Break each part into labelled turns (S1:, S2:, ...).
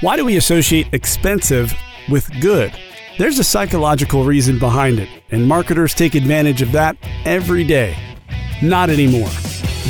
S1: Why do we associate expensive with good? There's a psychological reason behind it, and marketers take advantage of that every day. Not anymore.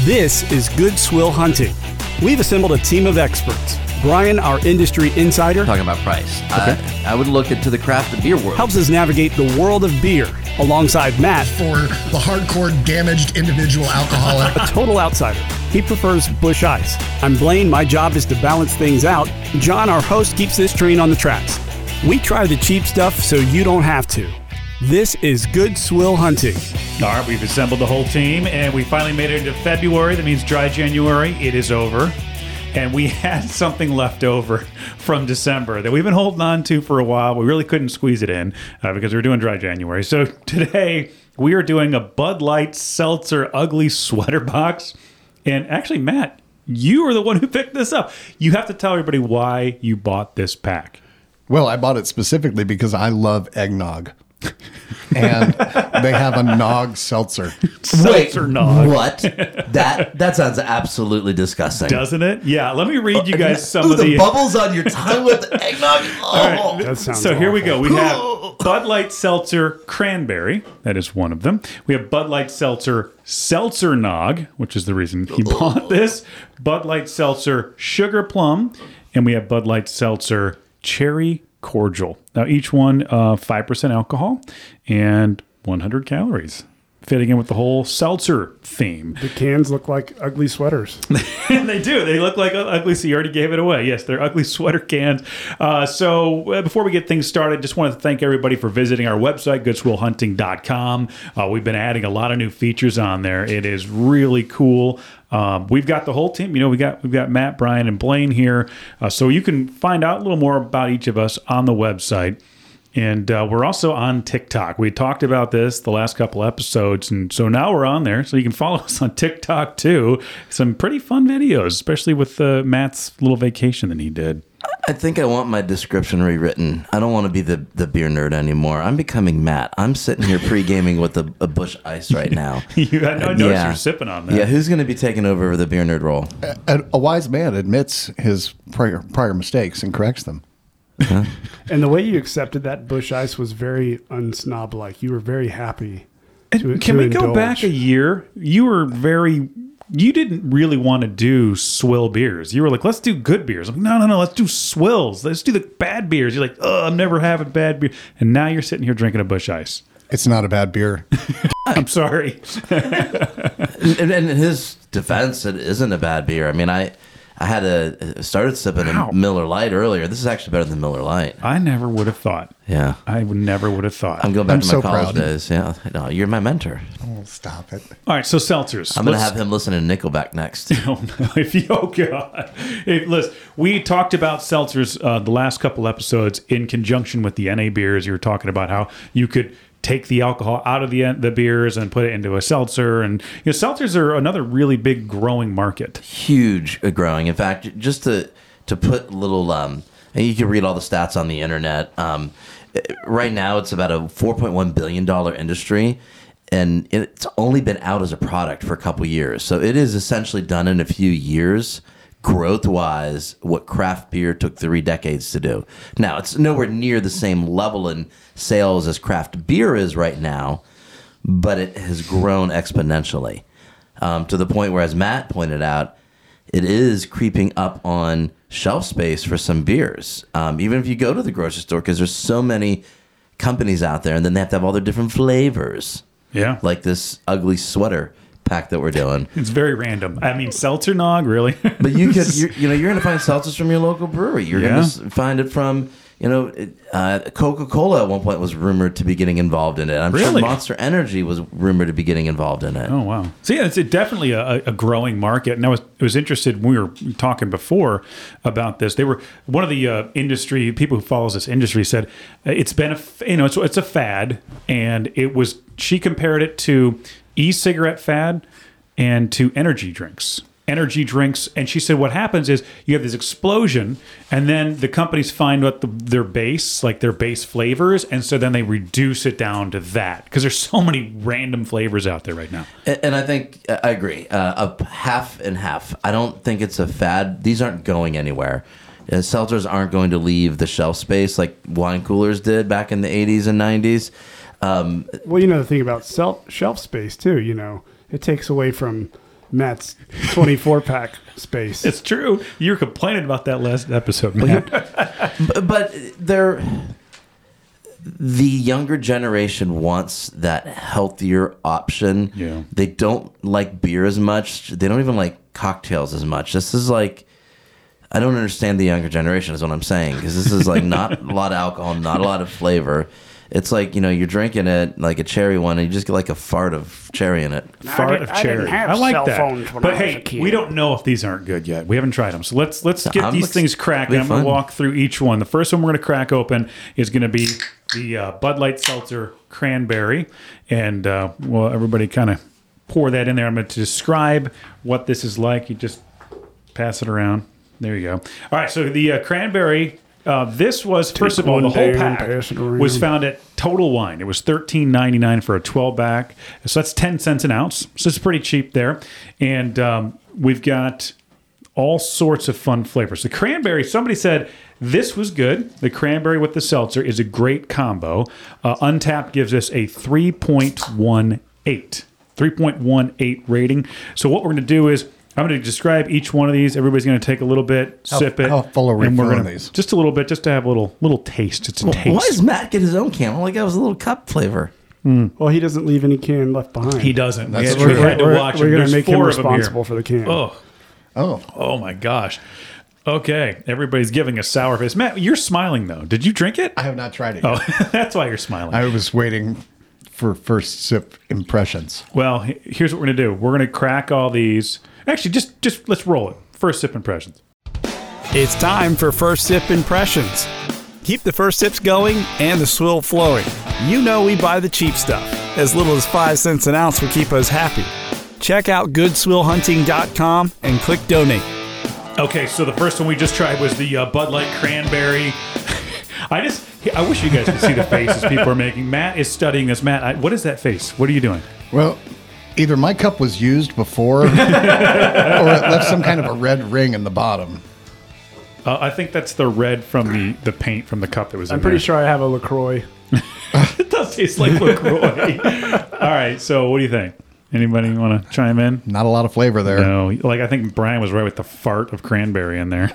S1: This is Good Swill Hunting. We've assembled a team of experts. Brian, our industry insider,
S2: talking about price. Uh, I, I would look into the craft of beer world.
S1: helps us navigate the world of beer alongside Matt,
S3: for the hardcore damaged individual alcoholic.
S1: a total outsider. He prefers bush ice. I'm Blaine. My job is to balance things out. John, our host, keeps this train on the tracks. We try the cheap stuff so you don't have to. This is Good Swill Hunting.
S4: All right, we've assembled the whole team, and we finally made it into February. That means dry January. It is over. And we had something left over from December that we've been holding on to for a while. We really couldn't squeeze it in uh, because we were doing dry January. So today we are doing a Bud Light Seltzer Ugly Sweater Box. And actually, Matt, you are the one who picked this up. You have to tell everybody why you bought this pack.
S3: well, I bought it specifically because I love eggnog. and they have a nog seltzer.
S4: Seltzer nog.
S2: What? That that sounds absolutely disgusting.
S4: Doesn't it? Yeah, let me read you guys some
S2: Ooh,
S4: of
S2: Uh, the,
S4: the,
S2: bubbles on your tongue with the eggnog. Oh.
S4: All
S1: That
S4: right.
S1: sounds
S4: So here we
S1: awful.
S4: go. We have Bud Light Seltzer Cranberry. That is one of them. We have Bud Light Seltzer Seltzer Nog, which is the reason he
S1: Oh.
S4: bought this. Bud Light Seltzer Sugar Plum. And we have Bud Light Seltzer Cherry Cordial. Now, each one uh, 5% alcohol and 100 calories. Fitting in with the whole seltzer theme.
S5: The cans look like ugly sweaters.
S4: And they do. They look like ugly. So you already gave it away. Yes, they're ugly sweater cans. Uh, so uh, before we get things started, just want to thank everybody for visiting our website, goodswillhunting.com. Uh, we've been adding a lot of new features on there. It is really cool. Um, we've got the whole team. You know, we got we've got Matt, Brian, and Blaine here. Uh, so you can find out a little more about each of us on the website. And uh, we're also on TikTok. We talked about this the last couple episodes. And so now we're on there. So you can follow us on TikTok too. Some pretty fun videos, especially with uh, Matt's little vacation that he did.
S2: I think I want my description rewritten. I don't want to be the, the beer nerd anymore. I'm becoming Matt. I'm sitting here pre gaming with a, a bush ice right now.
S4: you, I noticed you're sipping on that.
S2: Yeah, who's going to be taking over the beer nerd role?
S3: And a wise man admits his prior, prior mistakes and corrects them.
S5: And the way you accepted that bush ice was very unsnob like. You were very happy. to-
S4: Can
S5: to
S4: we go
S5: indulge.
S4: back a year? You were very. You didn't really want to do swill beers. You were like, let's do good beers. I'm like, no, no, no, let's do swills. Let's do the bad beers. You're like, oh, I'm never having bad beer. And now you're sitting here drinking a bush ice.
S3: It's not a bad beer.
S4: I'm sorry.
S2: And, and in his defense, it isn't a bad beer. I mean, I I had a started sipping
S4: Wow.
S2: a Miller Light earlier. This is actually better than Miller Light.
S4: I never would have thought.
S2: Yeah.
S4: I would never would have thought.
S2: I'm going back
S3: I'm
S2: to my
S3: so
S2: college
S3: proud.
S2: days. Yeah, no, you're my mentor.
S3: Oh, stop it.
S4: All right, so seltzers.
S2: I'm going to
S4: Let's-
S2: have him listen to Nickelback next.
S4: Oh, no. if you, oh god! If, listen, we talked about seltzers uh, the last couple episodes in conjunction with the NA beers. You were talking about how you could take the alcohol out of the the beers and put it into a seltzer, and you know, seltzers are another really big growing market.
S2: huge uh, growing. In fact, j- just to to put little um, and you can read all the stats on the internet. Um, i- right now, it's about a four point one billion dollar industry, and it's only been out as a product for a couple years. So it is essentially done in a few years. Growth wise, what craft beer took three decades to do. Now, it's nowhere near the same level in sales as craft beer is right now, but it has grown exponentially um, to the point where, as Matt pointed out, it is creeping up on shelf space for some beers. Um, even if you go to the grocery store, because there's so many companies out there, and then they have to have all their different flavors.
S4: Yeah, like
S2: Like this ugly sweater pack that we're doing.
S4: it's very random. I mean, seltzer nog really.
S2: But you could, you're, you know, you're going to find seltzers from your local brewery. You're
S4: Yeah.
S2: going to find it from, you know, it- uh, Coca Cola at one point was rumored to be getting involved in it. I'm sure
S4: Really?
S2: Monster Energy was rumored to be getting involved in it.
S4: Oh wow! So yeah, it's definitely a, a growing market, and I was I was interested when we were talking before about this. They were one of the uh, industry people who follows this industry said uh, it's been a f- you know it's it's a fad, and it was she compared it to e-cigarette fad and to energy drinks. Energy drinks, and she said, "What happens is you have this explosion, and then the companies find what the, their base, like their base flavors, and so then they reduce it down to that because there's so many random flavors out there right now."
S2: And and I think I agree. Uh, a half and half. I don't think it's a fad. These aren't going anywhere. Uh, seltzers aren't going to leave the shelf space like wine coolers did back in the 80s and 90s. Um,
S5: Well, you know the thing about self, shelf space too. You know, it takes away from Matt's twenty-four pack space.
S4: It's true. You were complaining about that last episode, Matt.
S2: b- but they're the younger generation wants that healthier option.
S4: Yeah.
S2: They don't like beer as much. They don't even like cocktails as much. This is like I don't understand the younger generation is what I'm saying because this is like not a lot of alcohol, not a lot of flavor. It's like you know you're drinking it like a cherry one, and you just get like a fart of cherry in it.
S4: Fart
S5: didn't-
S4: of
S5: I didn't
S4: cherry.
S5: have
S4: I like
S5: cell
S4: that.
S5: phones when
S4: but
S5: I was
S4: hey,
S5: a kid.
S4: we don't know if these aren't good yet. We haven't tried them, so let's let's get
S2: I'm
S4: these
S2: ex-
S4: things cracked.
S2: be
S4: I'm going
S2: fun.
S4: to walk through each one. The first one we're going to crack open is going to be the uh, Bud Light Seltzer Cranberry, and uh, well, everybody kind of pour that in there. I'm going to describe what this is like. You just pass it around. There you go. All right, so the uh, cranberry. Uh, this was first of all
S5: one
S4: the whole
S5: down,
S4: pack
S5: pass it around.
S4: was found at Total Wine. It was thirteen ninety nine for a twelve pack, so that's ten cents an ounce. So it's pretty cheap there, and um, we've got all sorts of fun flavors. The cranberry. Somebody said this was good. The cranberry with the seltzer is a great combo. Uh, Untapped gives us a three point one eight. 3.18 rating. So what we're going to do is I'm going to describe each one of these. Everybody's going to take a little bit, sip it.
S3: how full are we
S4: and we're
S3: filling
S4: gonna-
S3: these?
S4: Just a little bit, just to have a little little taste. It's a taste.
S2: Why does Matt get his own can? All I got was a little cup flavor.
S5: well, he doesn't leave any can left behind.
S4: He doesn't.
S3: That's
S4: we had-
S3: true.
S4: We had to
S5: We're-
S4: watch
S5: we're
S4: him.
S5: gonna
S4: There's
S5: make him
S4: four of 'em here.
S5: responsible for the can.
S4: Oh,
S3: Oh,
S4: oh my gosh. Okay, everybody's giving a sour face. Matt, you're smiling though. Did you drink it?
S3: I have not tried it. Yet.
S4: Oh, that's why you're smiling.
S3: I was waiting for first sip impressions.
S4: well, he- here's what we're gonna do. We're gonna crack all these. Actually, just just let's roll it. First sip impressions.
S1: It's time for First Sip Impressions. Keep the first sips going and the swill flowing. You know we buy the cheap stuff. As little as 5 cents an ounce will keep us happy. Check out goodswillhunting.com and click donate.
S4: Okay, so the first one we just tried was the uh, Bud Light Cranberry. I just, I wish you guys could see the faces people are making. Matt is studying this. Matt, I, what is that face? What are you doing?
S3: Well, either my cup was used before, or it left some kind of a red ring in the bottom.
S4: Uh, I think that's the red from the the paint from the cup that was.
S5: I'm
S4: in
S5: pretty
S4: there.
S5: sure I have a Lacroix.
S4: it does taste like Lacroix. All right, so what do you think? Anybody want to chime in?
S3: Not a lot of flavor there.
S4: No, like I think Brian was right with the fart of cranberry in there.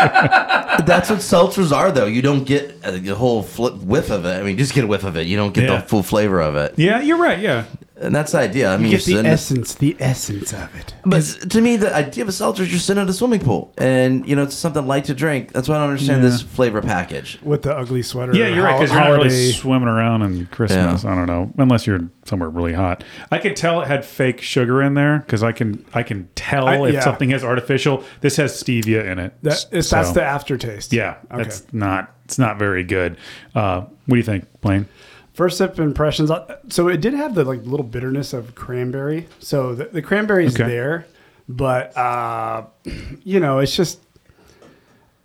S2: That's what seltzers are, though. You don't get a the whole flip whiff of it. I mean, just get a whiff of it. You don't get
S4: Yeah.
S2: the full flavor of it.
S4: yeah, you're right. Yeah,
S2: And that's the idea. I mean, you are
S5: Get the
S2: sitting.
S5: essence, the essence of it.
S2: but to me, the idea of a seltzer is you're sitting at a swimming pool, and you know it's something light to drink. That's why I don't understand
S4: Yeah.
S2: this flavor package.
S5: With the ugly sweater.
S4: yeah, you're right. Because
S5: hol-
S4: you're not
S5: holiday.
S4: really swimming around in Christmas.
S2: Yeah.
S4: I don't know, unless you're somewhere really hot. I could tell it had fake sugar in there because I can I can tell
S5: I-
S4: if
S5: yeah.
S4: something has artificial. This has stevia in it.
S5: That, it's,
S4: So,
S5: That's the aftertaste.
S4: yeah.
S5: Okay.
S4: That's not. It's not very good. Uh, what do you think, Blaine?
S5: First sip impressions. uh, So it did have the like little bitterness of cranberry. So the, the cranberry is
S4: Okay.
S5: there, but uh, you know, it's just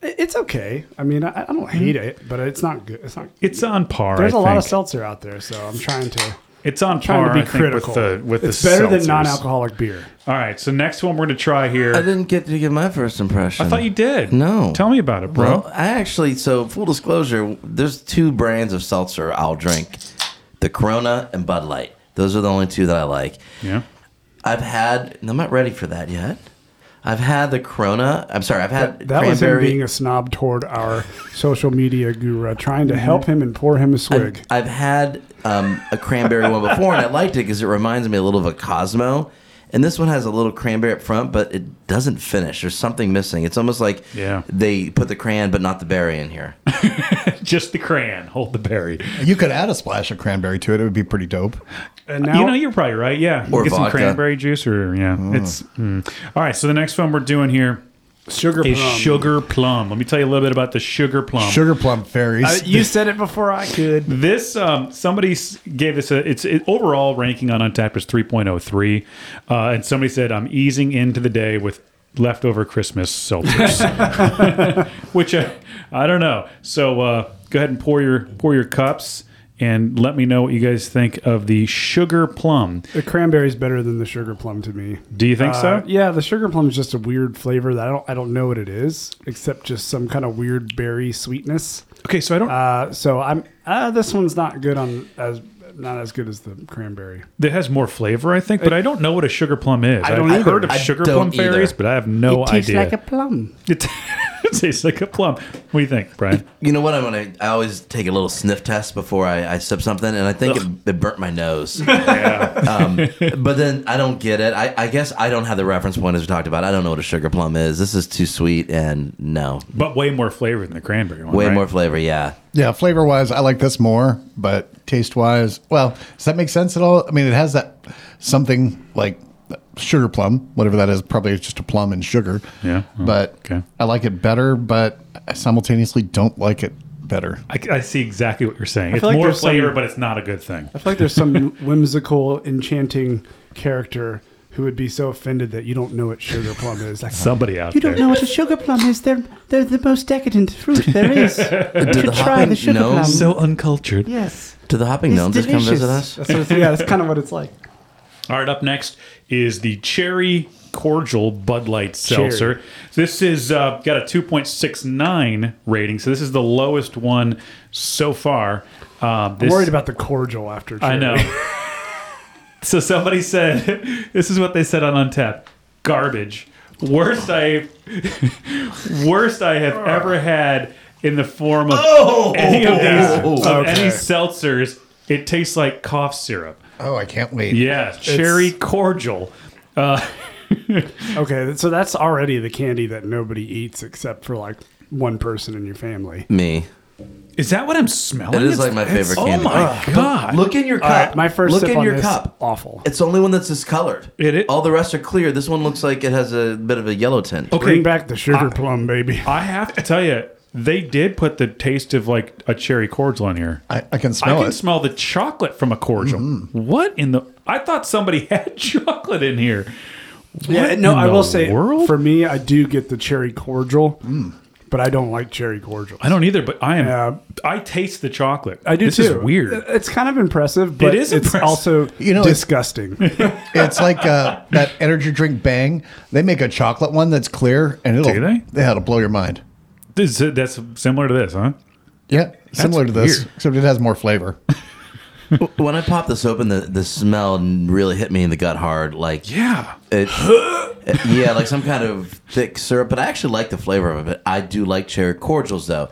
S5: it- it's okay. I mean, I, I don't
S4: Mm-hmm.
S5: hate it, but it's not good. It's not.
S4: It's on par.
S5: There's
S4: a
S5: a lot of seltzer out there, so I'm trying to
S4: It's on
S5: trying
S4: par.
S5: to
S4: I
S5: be
S4: think,
S5: critical.
S4: with the with
S5: it's
S4: the
S5: better
S4: seltzers.
S5: than non-alcoholic beer.
S4: All right, so next one we're gonna try
S2: I
S4: here.
S2: didn't get to give my first impression.
S4: I thought you did.
S2: No.
S4: tell me about it, bro.
S2: Well, I actually. So full disclosure, there's two brands of seltzer I'll drink: the Corona and Bud Light. Those are the only two that I like.
S4: yeah.
S2: I've had. and I'm not ready for that yet. I've had the Corona. I'm sorry. I've had
S5: That was him
S2: cranberry-
S5: being a snob toward our social media guru,
S4: Mm-hmm.
S5: trying to help him and pour him a swig.
S2: I've, I've had um, a cranberry one before, and I liked it because it reminds me a little of a Cosmo. And this one has a little cranberry up front, but it doesn't finish. There's something missing. It's almost like
S4: Yeah.
S2: they put the crayon, but not the berry in here.
S4: Just the crayon. Hold the berry.
S3: You could add a splash of cranberry to it. It would be pretty dope.
S5: and now,
S4: uh, you know, you're probably right. Yeah.
S2: Or
S4: Get some
S2: vodka.
S4: cranberry juice or, yeah. It's, mm. All right. So the next one we're doing here
S5: sugar plum.
S4: is Sugar Plum. Let me tell you a little bit about the Sugar Plum.
S3: Sugar plum fairies.
S5: Uh, you said it before I could.
S4: This um, somebody s- gave this a it's it, overall ranking on Untapped was three point oh three, uh, and somebody said I'm easing into the day with leftover Christmas seltzers, uh, which I, I don't know. So uh, go ahead and pour your pour your cups, and let me know what you guys think of the sugar plum.
S5: The cranberry's better than the sugar plum to me.
S4: Do you think
S5: Uh,
S4: so?
S5: Yeah, the sugar plum is just a weird flavor that I don't I don't know what it is, except just some kind of weird berry sweetness.
S4: Okay, so I don't.
S5: Uh, so I'm uh, this one's not good on as not as good as the cranberry.
S4: It has more flavor, I think, but I don't know what a sugar plum is.
S5: I don't
S4: I've
S5: either.
S4: heard of
S5: I
S4: sugar plum
S2: don't
S4: fairies,
S2: either.
S4: but I have no
S5: it tastes
S4: idea.
S5: like a plum.
S4: it tastes like a plum. What do you think, Brian?
S2: You know what? I'm gonna. I always take a little sniff test before I, I sip something, and I think it, it burnt my nose. um, but then I don't get it. I, I guess I don't have the reference point as we talked about. I don't know what a sugar plum is. This is too sweet, and no,
S4: But way more flavor than the cranberry one.
S2: way
S4: right?
S2: more flavor. Yeah,
S3: Yeah, flavor wise, I like this more, but taste wise, well, does that make sense at all? I mean, it has that something like sugar plum, whatever that is. Probably it's just a plum and sugar.
S4: Yeah. Oh,
S3: but
S4: okay.
S3: I like it better, but I simultaneously don't like it better.
S4: I, I see exactly what you're saying. It's
S5: feel like
S4: more
S5: there's some-
S4: flavor, but it's not a good thing.
S5: I feel like there's some whimsical, enchanting character who would be so offended that you don't know what sugar plum is. Like,
S4: Somebody out
S6: You
S4: there.
S6: don't know what a sugar plum is. They're they're the most decadent fruit there is.
S2: Do the
S6: try the sugar plum.
S2: gnomes?
S4: so uncultured.
S6: yes.
S2: Do the hopping
S6: It's
S2: gnomes just come
S6: delicious.
S2: visit us?
S5: that's what it's- yeah, that's kind of what it's like.
S4: All right, up next is the cherry cordial Bud Light seltzer. This is uh, got a 2.69 rating, so this is the lowest one so far. Uh,
S5: I'm
S4: this,
S5: worried about the cordial after.
S4: I
S5: cherry.
S4: know. so somebody said, this is what they said on Untap: garbage. Worst I, worst I have ever had in the form of any of these of any seltzers. It tastes like cough syrup.
S3: Oh, I can't wait.
S4: Yeah, cherry cordial. Uh,
S5: Okay, so that's already the candy that nobody eats except for like one person in your family.
S2: Me.
S4: Is that what I'm smelling?
S2: It is
S4: It's-
S2: like my
S4: it's-
S2: favorite candy.
S4: Oh my god!
S2: Look in your
S5: Uh,
S2: cup.
S5: my first
S2: Look
S5: sip
S2: in
S5: on
S2: your
S5: this,
S2: cup.
S5: awful.
S2: It's the only one that's discolored.
S4: It is-
S2: All the rest are clear. This one looks like it has a bit of a yellow tint.
S4: Okay.
S5: Bring back the sugar plum, baby.
S4: I have to tell you, they did put the taste of like a cherry cordial in here.
S3: I, I can
S4: I
S3: smell
S4: can
S3: it.
S4: smell the chocolate from a cordial. What in the? I thought somebody had chocolate in here.
S5: Yeah,
S4: What
S5: no,
S4: in
S5: I
S4: the
S5: will say
S4: world?
S5: for me, I do get the cherry cordial,
S2: Mm.
S5: but I don't like cherry cordial.
S4: I don't either, but I am.
S5: Yeah.
S4: I taste the chocolate.
S5: I do
S4: this
S5: too. Uh,
S4: Is weird.
S5: It's kind of impressive, but it
S4: is
S5: is
S4: impressive.
S5: also
S3: You know, it's-
S5: disgusting.
S3: it's like uh, that energy drink Bang. They make a chocolate one that's clear, and it'll
S4: Do they?
S3: Yeah, it'll blow your mind.
S4: This, that's similar to this, huh?
S3: Yeah, similar to this,
S4: weird.
S3: except it has more flavor.
S2: When I popped this open, the, the smell really hit me in the gut hard. Like
S4: Yeah.
S2: It, it- yeah, like some kind of thick syrup. But I actually like the flavor of it. I do like cherry cordials, though.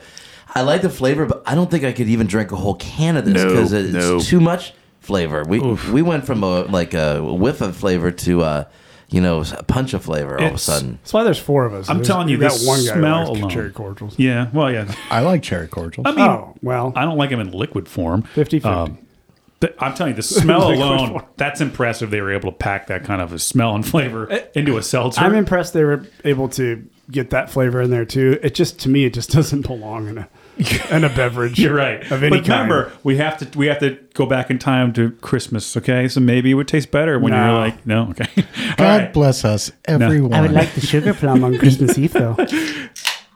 S2: I like the flavor, but I don't think I could even drink a whole can of this because it's too much flavor. We we went from a like a whiff of flavor to a you know a punch of flavor all of a
S4: It's-
S2: sudden.
S5: That's why there's four of us.
S4: I'm
S5: There's-
S4: telling you,
S5: we got
S4: this
S5: one guy who
S4: smell
S5: likes
S4: alone.
S5: cherry cordials.
S4: Yeah. Well, yeah.
S3: I like cherry cordials.
S4: I mean,
S5: Oh well,
S4: I don't like them in liquid form.
S5: 50-50.
S4: but I'm telling you, the smell
S5: Liquid
S4: alone,
S5: form.
S4: that's impressive. They were able to pack that kind of a smell and flavor into a seltzer.
S5: Uh, I'm impressed they were able to get that flavor in there too. It just to me, it just doesn't belong in a in a beverage.
S4: You're right.
S5: Of any
S4: but remember,
S5: kind.
S4: we have to we have to go back in time to Christmas. Okay, so maybe it would taste better when you're
S5: No.
S4: like, no, okay. All
S3: God
S4: right.
S3: bless us, everyone.
S6: I would like the sugar plum on Christmas Eve though.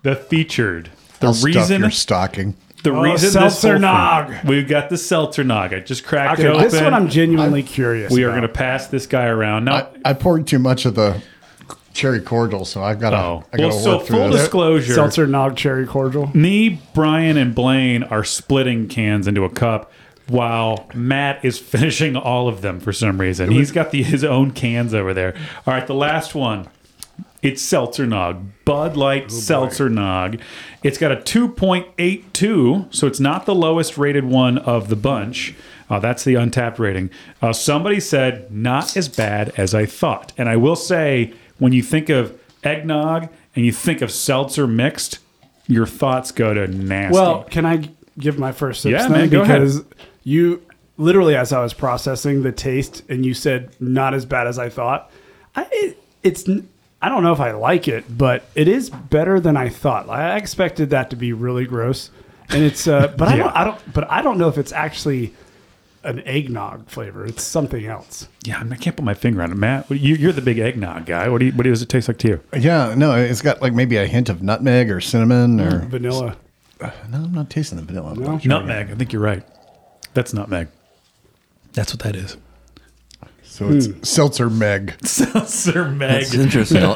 S4: The featured, the
S3: I'll stuff
S4: reason,
S3: your stocking.
S4: the
S5: Oh,
S4: reason, this
S5: seltzer
S4: whole thing-
S5: nog.
S4: We've got the seltzer nog. I just cracked it
S5: Okay,
S4: open.
S5: this one I'm genuinely curious.
S4: we are
S5: about.
S4: going to pass this guy around now.
S3: I, I poured too much of the cherry cordial, so I've got to.
S4: oh,
S3: I got
S4: well,
S3: to
S4: so
S3: work through
S4: full
S3: this.
S4: disclosure.
S5: seltzer nog cherry cordial.
S4: Me, Brian, and Blaine are splitting cans into a cup while Matt is finishing all of them for some reason. He's got the, his own cans over there. All right, the last one. It's Seltzer Nog, Bud Light Seltzer Nog. It's got a 2.82, so it's not the lowest rated one of the bunch. Uh, that's the untapped rating. Uh, somebody said, not as bad as I thought. And I will say, when you think of eggnog and you think of seltzer mixed, your thoughts go to nasty.
S5: Well, can I g- give my first sip?
S4: Yeah,
S5: then?
S4: man, go ahead.
S5: because you literally, as I was processing the taste, and you said not as bad as I thought. I it, it's n- I don't know if I like it, but it is better than I thought. I I expected that to be really gross, and it's uh, but I
S4: Yeah.
S5: don't I don't but I don't know if it's actually an eggnog flavor. It's something else.
S4: yeah, I mean, I can't put my finger on it, Matt. You, you're the big eggnog guy. What do you, what does it taste like to you?
S3: Yeah, no, it's got like maybe a hint of nutmeg or cinnamon or.
S4: Mm,
S5: Vanilla.
S3: No, I'm not tasting the vanilla.
S5: No?
S4: Nutmeg. I think you're right. That's not Meg. That's what that is.
S3: So it's
S4: Hmm.
S3: seltzer Meg.
S4: Seltzer Meg.
S2: That's interesting. All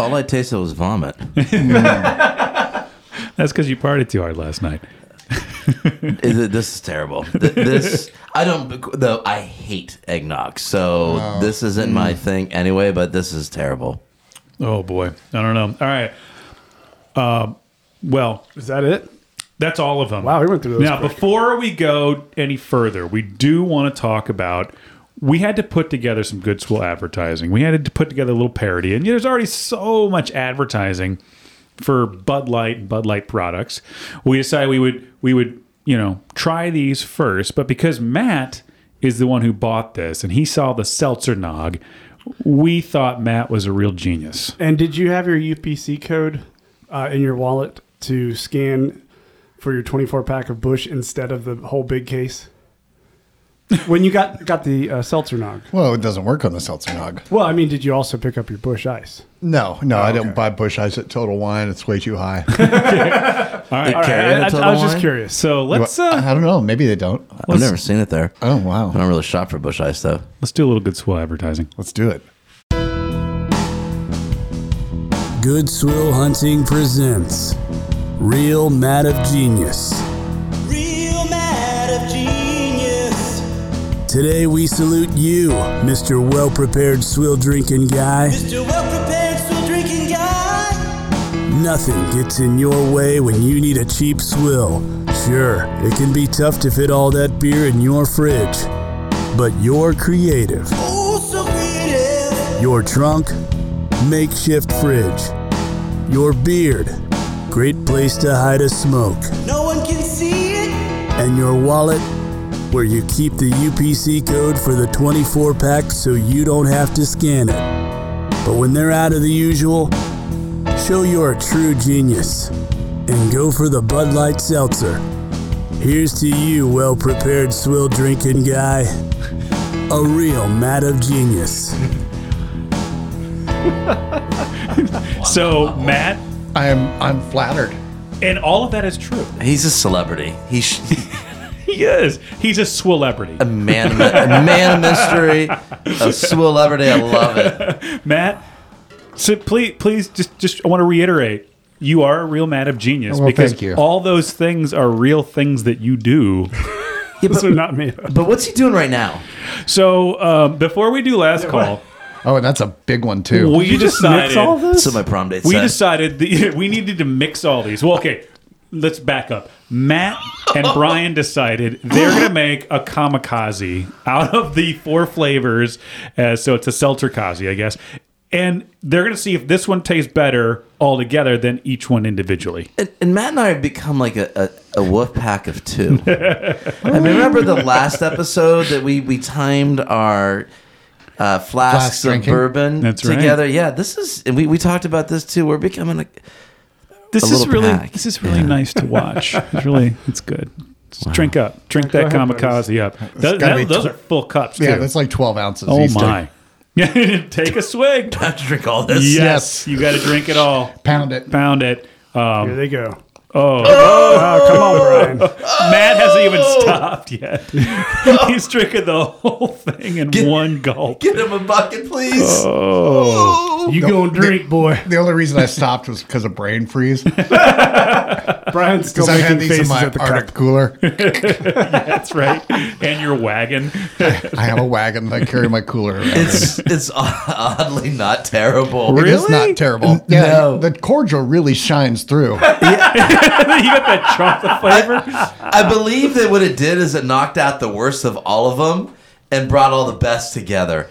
S2: all I tasted was vomit.
S4: That's because you partied too hard last night.
S2: Is it- this is terrible. Th- This I don't. Though I hate eggnog, so this isn't
S5: Mm.
S2: my thing anyway. But this is terrible.
S4: Oh boy, I don't know. All right. Uh, well,
S5: Is that it?
S4: that's all of them.
S5: Wow, we went through those
S4: Now,
S5: quick.
S4: before we go any further, we do want to talk about. We had to put together some good school advertising. We had to put together a little parody, and there's already so much advertising for Bud Light and Bud Light products. We decided we would we would you know try these first, but because Matt is the one who bought this and he saw the seltzer nog, we thought Matt was a real genius.
S5: And did you have your UPC code uh, in your wallet to scan for your 24 pack of Bush instead of the whole big case? when you got got the uh, seltzer nog.
S3: Well, it doesn't work on the seltzer nog.
S5: Well, I mean, did you also pick up your Bush ice?
S3: No, no,
S4: Oh,
S3: I don't buy Bush Ice at Total Wine. It's way too high.
S2: They carry
S5: I,
S2: it
S5: I-
S2: to
S5: I
S2: the
S5: was just
S2: line?
S5: curious.
S4: So let's
S3: I-
S4: uh,
S3: I don't know. Maybe they don't.
S2: I've never seen it there.
S3: Oh wow.
S2: I don't really shop for Bush Ice though.
S4: let's do a little good school advertising.
S3: Let's do it.
S1: Good Swill Hunting presents Real Mad of Genius.
S7: Real mad of genius.
S1: Today we salute you, Mr. Well Prepared Swill Drinking Guy.
S7: Mr. Well Prepared Still Drinking Guy.
S1: Nothing gets in your way when you need a cheap swill. Sure, it can be tough to fit all that beer in your fridge, but you're creative.
S7: Oh, so creative.
S1: Your trunk, makeshift fridge. Your beard, great place to hide a smoke.
S7: No one can see it.
S1: And your wallet, where you keep the UPC code for the 24 pack so you don't have to scan it. But when they're out of the usual, show you're a true genius and go for the Bud Light Seltzer. Here's to you, well prepared swill drinking guy. A real mat of genius.
S4: So Matt,
S3: I am. I'm flattered.
S4: and all of that is true.
S2: He's a celebrity. He's sh-
S4: He is. He's a celebrity.
S2: a man, of, a man of mystery, a celebrity. I love it.
S4: Matt, so please, please, just, just, I want to reiterate, you are a real man of genius
S3: Well,
S4: because
S3: thank you.
S4: all those things are real things that you do.
S5: Those are not me.
S2: But what's he doing right now?
S4: So um, before we do last call,
S3: Oh, and that's a big one too.
S4: we decided
S5: all this?
S2: So my prom date.
S4: we
S2: set.
S4: decided that we needed to mix all these. Well, okay, let's back up. Matt and Brian decided they're going to make a kamikaze out of the four flavors. Uh, so it's a seltzer kazi, I guess. And they're going to see if this one tastes better altogether than each one individually.
S2: And, and Matt and I have become like a, a, a wolf pack of two. I remember the last episode that we, we timed our uh, flasks
S3: Flask
S2: of
S3: drinking.
S2: bourbon
S4: That's right.
S2: together. Yeah, this is, and we, we talked about this too. We're becoming a,
S4: This
S2: A
S4: is
S2: little
S4: really
S2: pack.
S4: this is really nice to watch. It's really it's good. Just Drink up, drink that
S5: Go ahead,
S4: kamikaze up. Those,
S3: gotta
S4: that-
S3: be
S4: those
S3: tw-
S4: are full cups.
S3: yeah,
S4: too.
S3: that's like twelve ounces.
S4: oh
S3: each.
S4: my! Take a swig.
S2: I have to drink all this.
S4: yes. you got to drink it all.
S3: Pound it.
S4: Found it. Um,
S5: Here they go. Oh. come on, Brian.
S4: Matt hasn't even stopped yet. He's drinking the whole thing in one gulp.
S2: Get him a bucket, please.
S4: Oh.
S5: You gonna drink, boy.
S3: The only reason I stopped was because of brain freeze. Because
S5: Brian's still
S3: I had
S5: making
S3: these in
S5: faces
S3: my
S5: at the
S3: Arctic
S5: cup.
S3: cooler.
S4: That's right. And your wagon.
S3: I have a wagon. I carry my cooler. Around.
S2: It's it's oddly not terrible.
S3: It is not terrible. Yeah, the cordial really shines through.
S4: you got that chocolate flavor.
S2: I believe that what it did is it knocked out the worst of all of them and brought all the best together.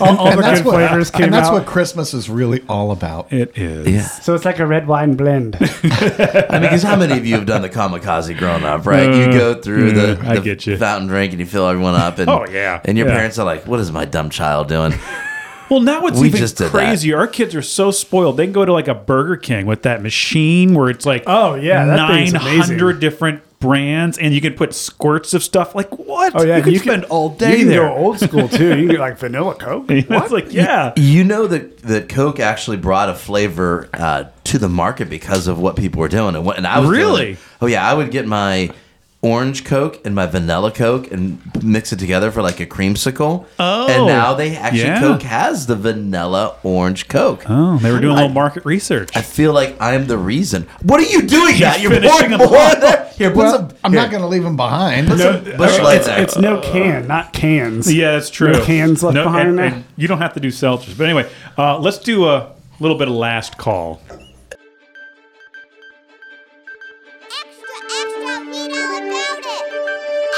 S5: All the good
S3: what,
S5: flavors came
S3: and that's
S5: out.
S3: what Christmas is really all about.
S4: It is.
S2: Yeah.
S5: so it's like a red wine blend.
S2: I mean, because how many of you have done the kamikaze grown up, right? you go through the,
S4: yeah, Mm, I
S2: the
S4: get you.
S2: fountain drink and you fill everyone up. And,
S4: Oh, yeah.
S2: And your
S4: Yeah.
S2: parents are like, what is my dumb child doing?
S4: Well, now what's
S2: We
S4: even
S2: just did that.
S4: crazier, our kids are so spoiled. They can go to like a Burger King with that machine where it's like,
S5: Oh, yeah, that thing's amazing.
S4: 900 different brands and you can put squirts of stuff. Like, what?
S5: Oh yeah,
S4: You could spend all day
S5: You can
S4: there.
S5: go old school too. You can get like vanilla coke.
S4: it's like, yeah.
S2: you know that, that Coke actually brought a flavor uh, to the market because of what people were doing. And, what, and I was doing
S4: Really?
S2: it. oh, yeah. I would get my orange Coke and my vanilla Coke and mix it together for like a creamsicle. Oh, and now they actually
S4: yeah.
S2: Coke has the vanilla orange Coke.
S4: Oh, they were doing a little
S2: I-
S4: market research.
S2: I feel like I'm the reason. What are you doing, Matt? You're pouring
S4: finishing
S2: more
S4: them off.
S2: on there. Here, put
S3: Well,
S2: some.
S3: I'm
S2: here,
S3: not going to leave him behind.
S2: put some Bush Light
S5: It's,
S2: there.
S5: it's no can, not cans.
S4: yeah, that's true.
S5: No cans left behind
S4: and,
S5: there?
S4: and you don't have to do seltzers. But anyway, uh, let's do a little bit of last call.
S8: Extra, extra, read all about it.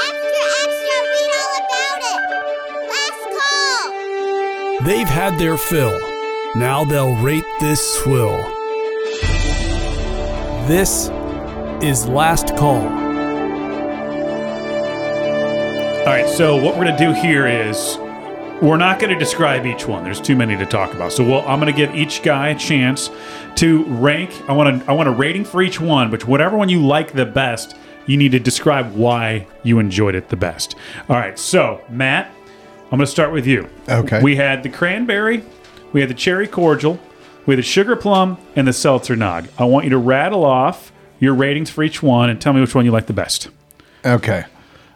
S8: Extra, extra, read all about it. Last call.
S1: They've had their fill. Now they'll rate this swill. This is Last Call.
S4: All right, so what we're going to do here is we're not going to describe each one. There's too many to talk about. So we'll, I'm going to give each guy a chance to rank. I want to I want a rating for each one, but whatever one you like the best, you need to describe why you enjoyed it the best. All right, so Matt, I'm going to start with you.
S3: Okay.
S4: We had the cranberry, we had the cherry cordial, we had the sugar plum, and the seltzer nog. I want you to rattle off your ratings for each one and tell me which one you like the best.
S3: Okay.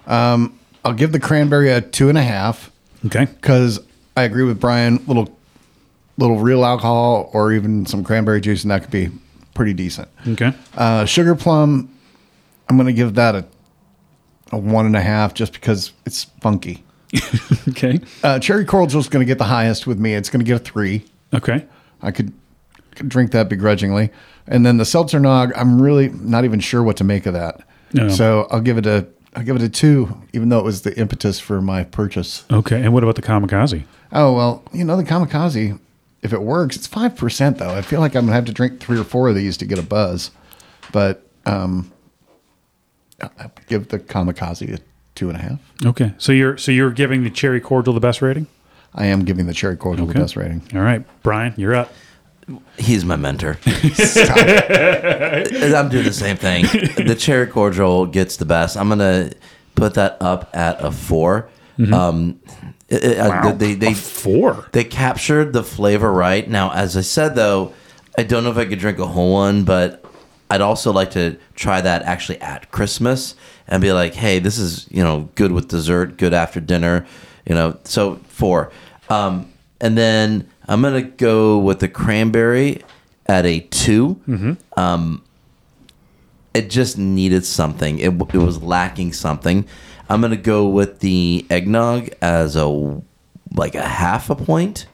S3: Um, I'll give the cranberry a two and a half
S4: Okay.
S3: because I agree with Brian. Little, little real alcohol or even some cranberry juice, and that could be pretty decent.
S4: Okay.
S3: Uh, sugar plum, I'm going to give that a, a one and a half just because it's funky.
S4: Okay.
S3: Uh, cherry cordial's going to get the highest with me. It's going to get a three.
S4: Okay.
S3: I could, could drink that begrudgingly. And then the seltzer nog, I'm really not even sure what to make of that.
S4: No.
S3: So I'll give it a I'll give it a two, even though it was the impetus for my purchase.
S4: Okay, and what about the kamikaze?
S3: Oh well, you know the kamikaze. If it works, it's five percent though. I feel like I'm gonna have to drink three or four of these to get a buzz. But um, I- I give the kamikaze a two and a half.
S4: Okay, so you're so you're giving the cherry cordial the best rating.
S3: I am giving the cherry cordial
S4: Okay.
S3: the best rating.
S4: All right, Brian, you're up.
S2: He's my mentor. And I'm doing the same thing. The cherry cordial gets the best. I'm gonna put that up at a 4
S4: Mm-hmm.
S2: Um, it- it- uh, they they
S4: Four.
S2: they captured the flavor right. Now, as I said though, I don't know if I could drink a whole one, but I'd also like to try that actually at Christmas and be like, hey, this is you know good with dessert, good after dinner, you know. So four, um, and then I'm gonna go with the cranberry at a 2 it just needed something. It, it was lacking something. I'm gonna go with the eggnog as a like a half a point,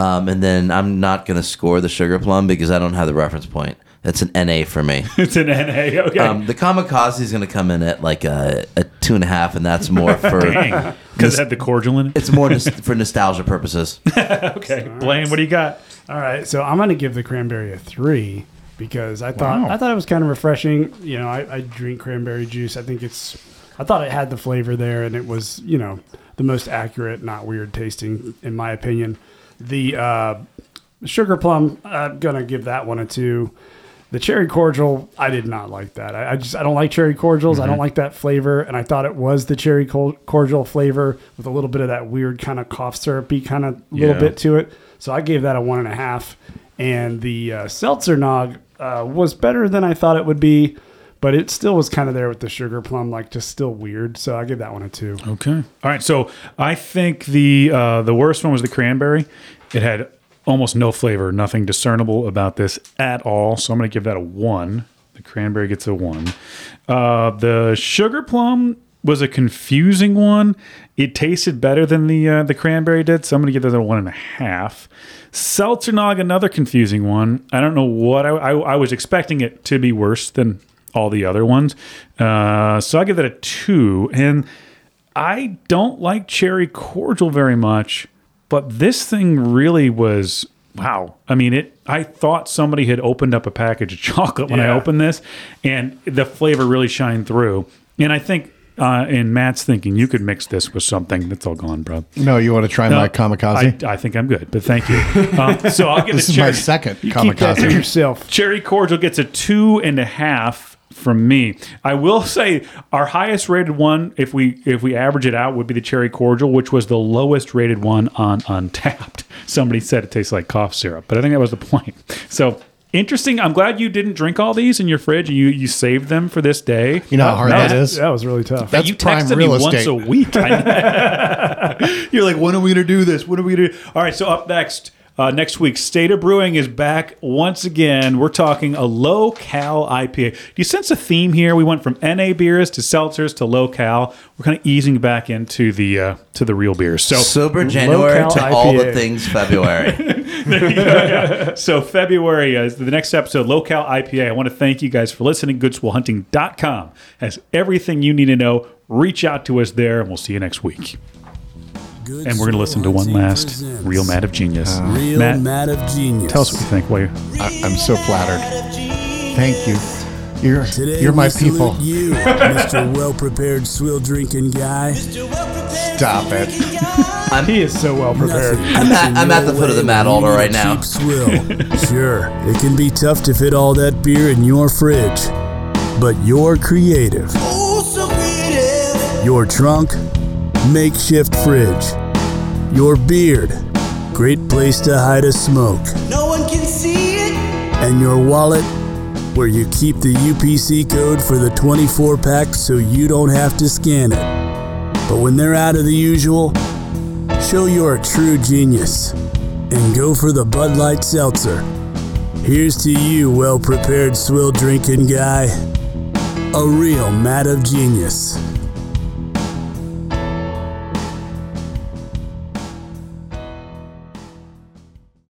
S2: um, and then I'm not gonna score the sugar plum because I don't have the reference point. That's an NA for me.
S4: It's an NA. Okay.
S2: Um, the kamikaze is gonna come in at like a, a two and a half, and that's more for
S4: because it had the cordial in it.
S2: it's more nos- for nostalgia purposes.
S4: Okay, Blaine, what do you got?
S5: All right, so I'm gonna give the cranberry a three because I thought I thought it was kind of refreshing. You know, I, I drink cranberry juice. I think it's I thought it had the flavor there, and it was you know the most accurate, not weird tasting in my opinion. The uh, sugar plum, I'm gonna give that one a two. The cherry cordial, I did not like that. I, I just I don't like cherry cordials. I don't like that flavor, and I thought it was the cherry col- cordial flavor with a little bit of that weird kind of cough syrupy kind of little
S4: Yeah.
S5: bit to it. So I gave that a one and a half. And the uh, seltzer nog uh, was better than I thought it would be, but it still was kind of there with the sugar plum, like just still weird. So I gave that one a two.
S4: Okay. All right. So I think the uh, the worst one was the cranberry. It had almost no flavor, nothing discernible about this at all. So I'm going to give that a one. The cranberry gets a one. Uh, the sugar plum was a confusing one. It tasted better than the uh, the cranberry did, so I'm going to give that a one and a half. Seltzer nog, another confusing one. I don't know what I, I, I was expecting it to be worse than all the other ones. Uh, so I give that a two. And I don't like cherry cordial very much, but this thing really was wow. I mean, it I thought somebody had opened up a package of chocolate when I
S5: Yeah.
S4: opened this and the flavor really shined through. And I think uh, in Matt's thinking, you could mix this with something that's all gone, bro.
S3: No, you want to try my kamikaze?
S4: I, I think I'm good, but thank you. Um, so I'll give
S3: this
S4: the
S3: is my
S4: cherry.
S3: second
S5: Keep that to
S3: kamikaze.
S5: yourself.
S4: Cherry Cordial gets a two and a half from me. I will say our highest rated one, if we if we average it out, would be the Cherry Cordial, which was the lowest rated one on Untapped. Somebody said it tastes like cough syrup, but I think that was the point. So Interesting. I'm glad you didn't drink all these in your fridge and you, you saved them for this day. Uh,
S3: You know how hard
S4: No,
S3: that is.
S5: That was really tough.
S3: That's
S4: you
S3: prime
S4: texted me
S3: real
S4: once
S3: estate.
S4: a week. I- You're like, when are we gonna do this? When are we gonna? Do? All right. So up next, uh, next week, State of Brewing is back once again. We're talking a low cal IPA. Do you sense a theme here? We went from NA beers to seltzers to low cal. We're kind of easing back into the uh, to the real beers. So
S2: Sober January
S5: Low-cal
S2: to all the
S5: IPA.
S2: things February.
S4: so February is the next episode, Local IPA. I want to thank you guys for listening. Goodswillhunting.com has everything you need to know. Reach out to us there, and we'll see you next week. And we're going to listen to one last Real Mad of Genius.
S1: Real
S4: Matt,
S1: Mad of Genius.
S4: tell us what you think. While you're
S3: I, I'm so flattered. Thank
S7: Thank
S3: you. You're you're my people.
S1: You, Mr. Well Prepared Swill Drinking Guy.
S3: Stop it.
S5: he is so well prepared.
S2: I'm at, I'm at the foot of the mat altar right now.
S1: sure, it can be tough to fit all that beer in your fridge, but you're creative.
S7: Oh, so creative.
S1: Your trunk, makeshift fridge. Your beard, great place to hide a smoke.
S7: No one can see it.
S1: And your wallet, where you keep the UPC code for the 24 pack so you don't have to scan it. But when they're out of the usual, show you're a true genius and go for the Bud Light Seltzer. Here's to you, well prepared swill drinking guy, a real mat of genius.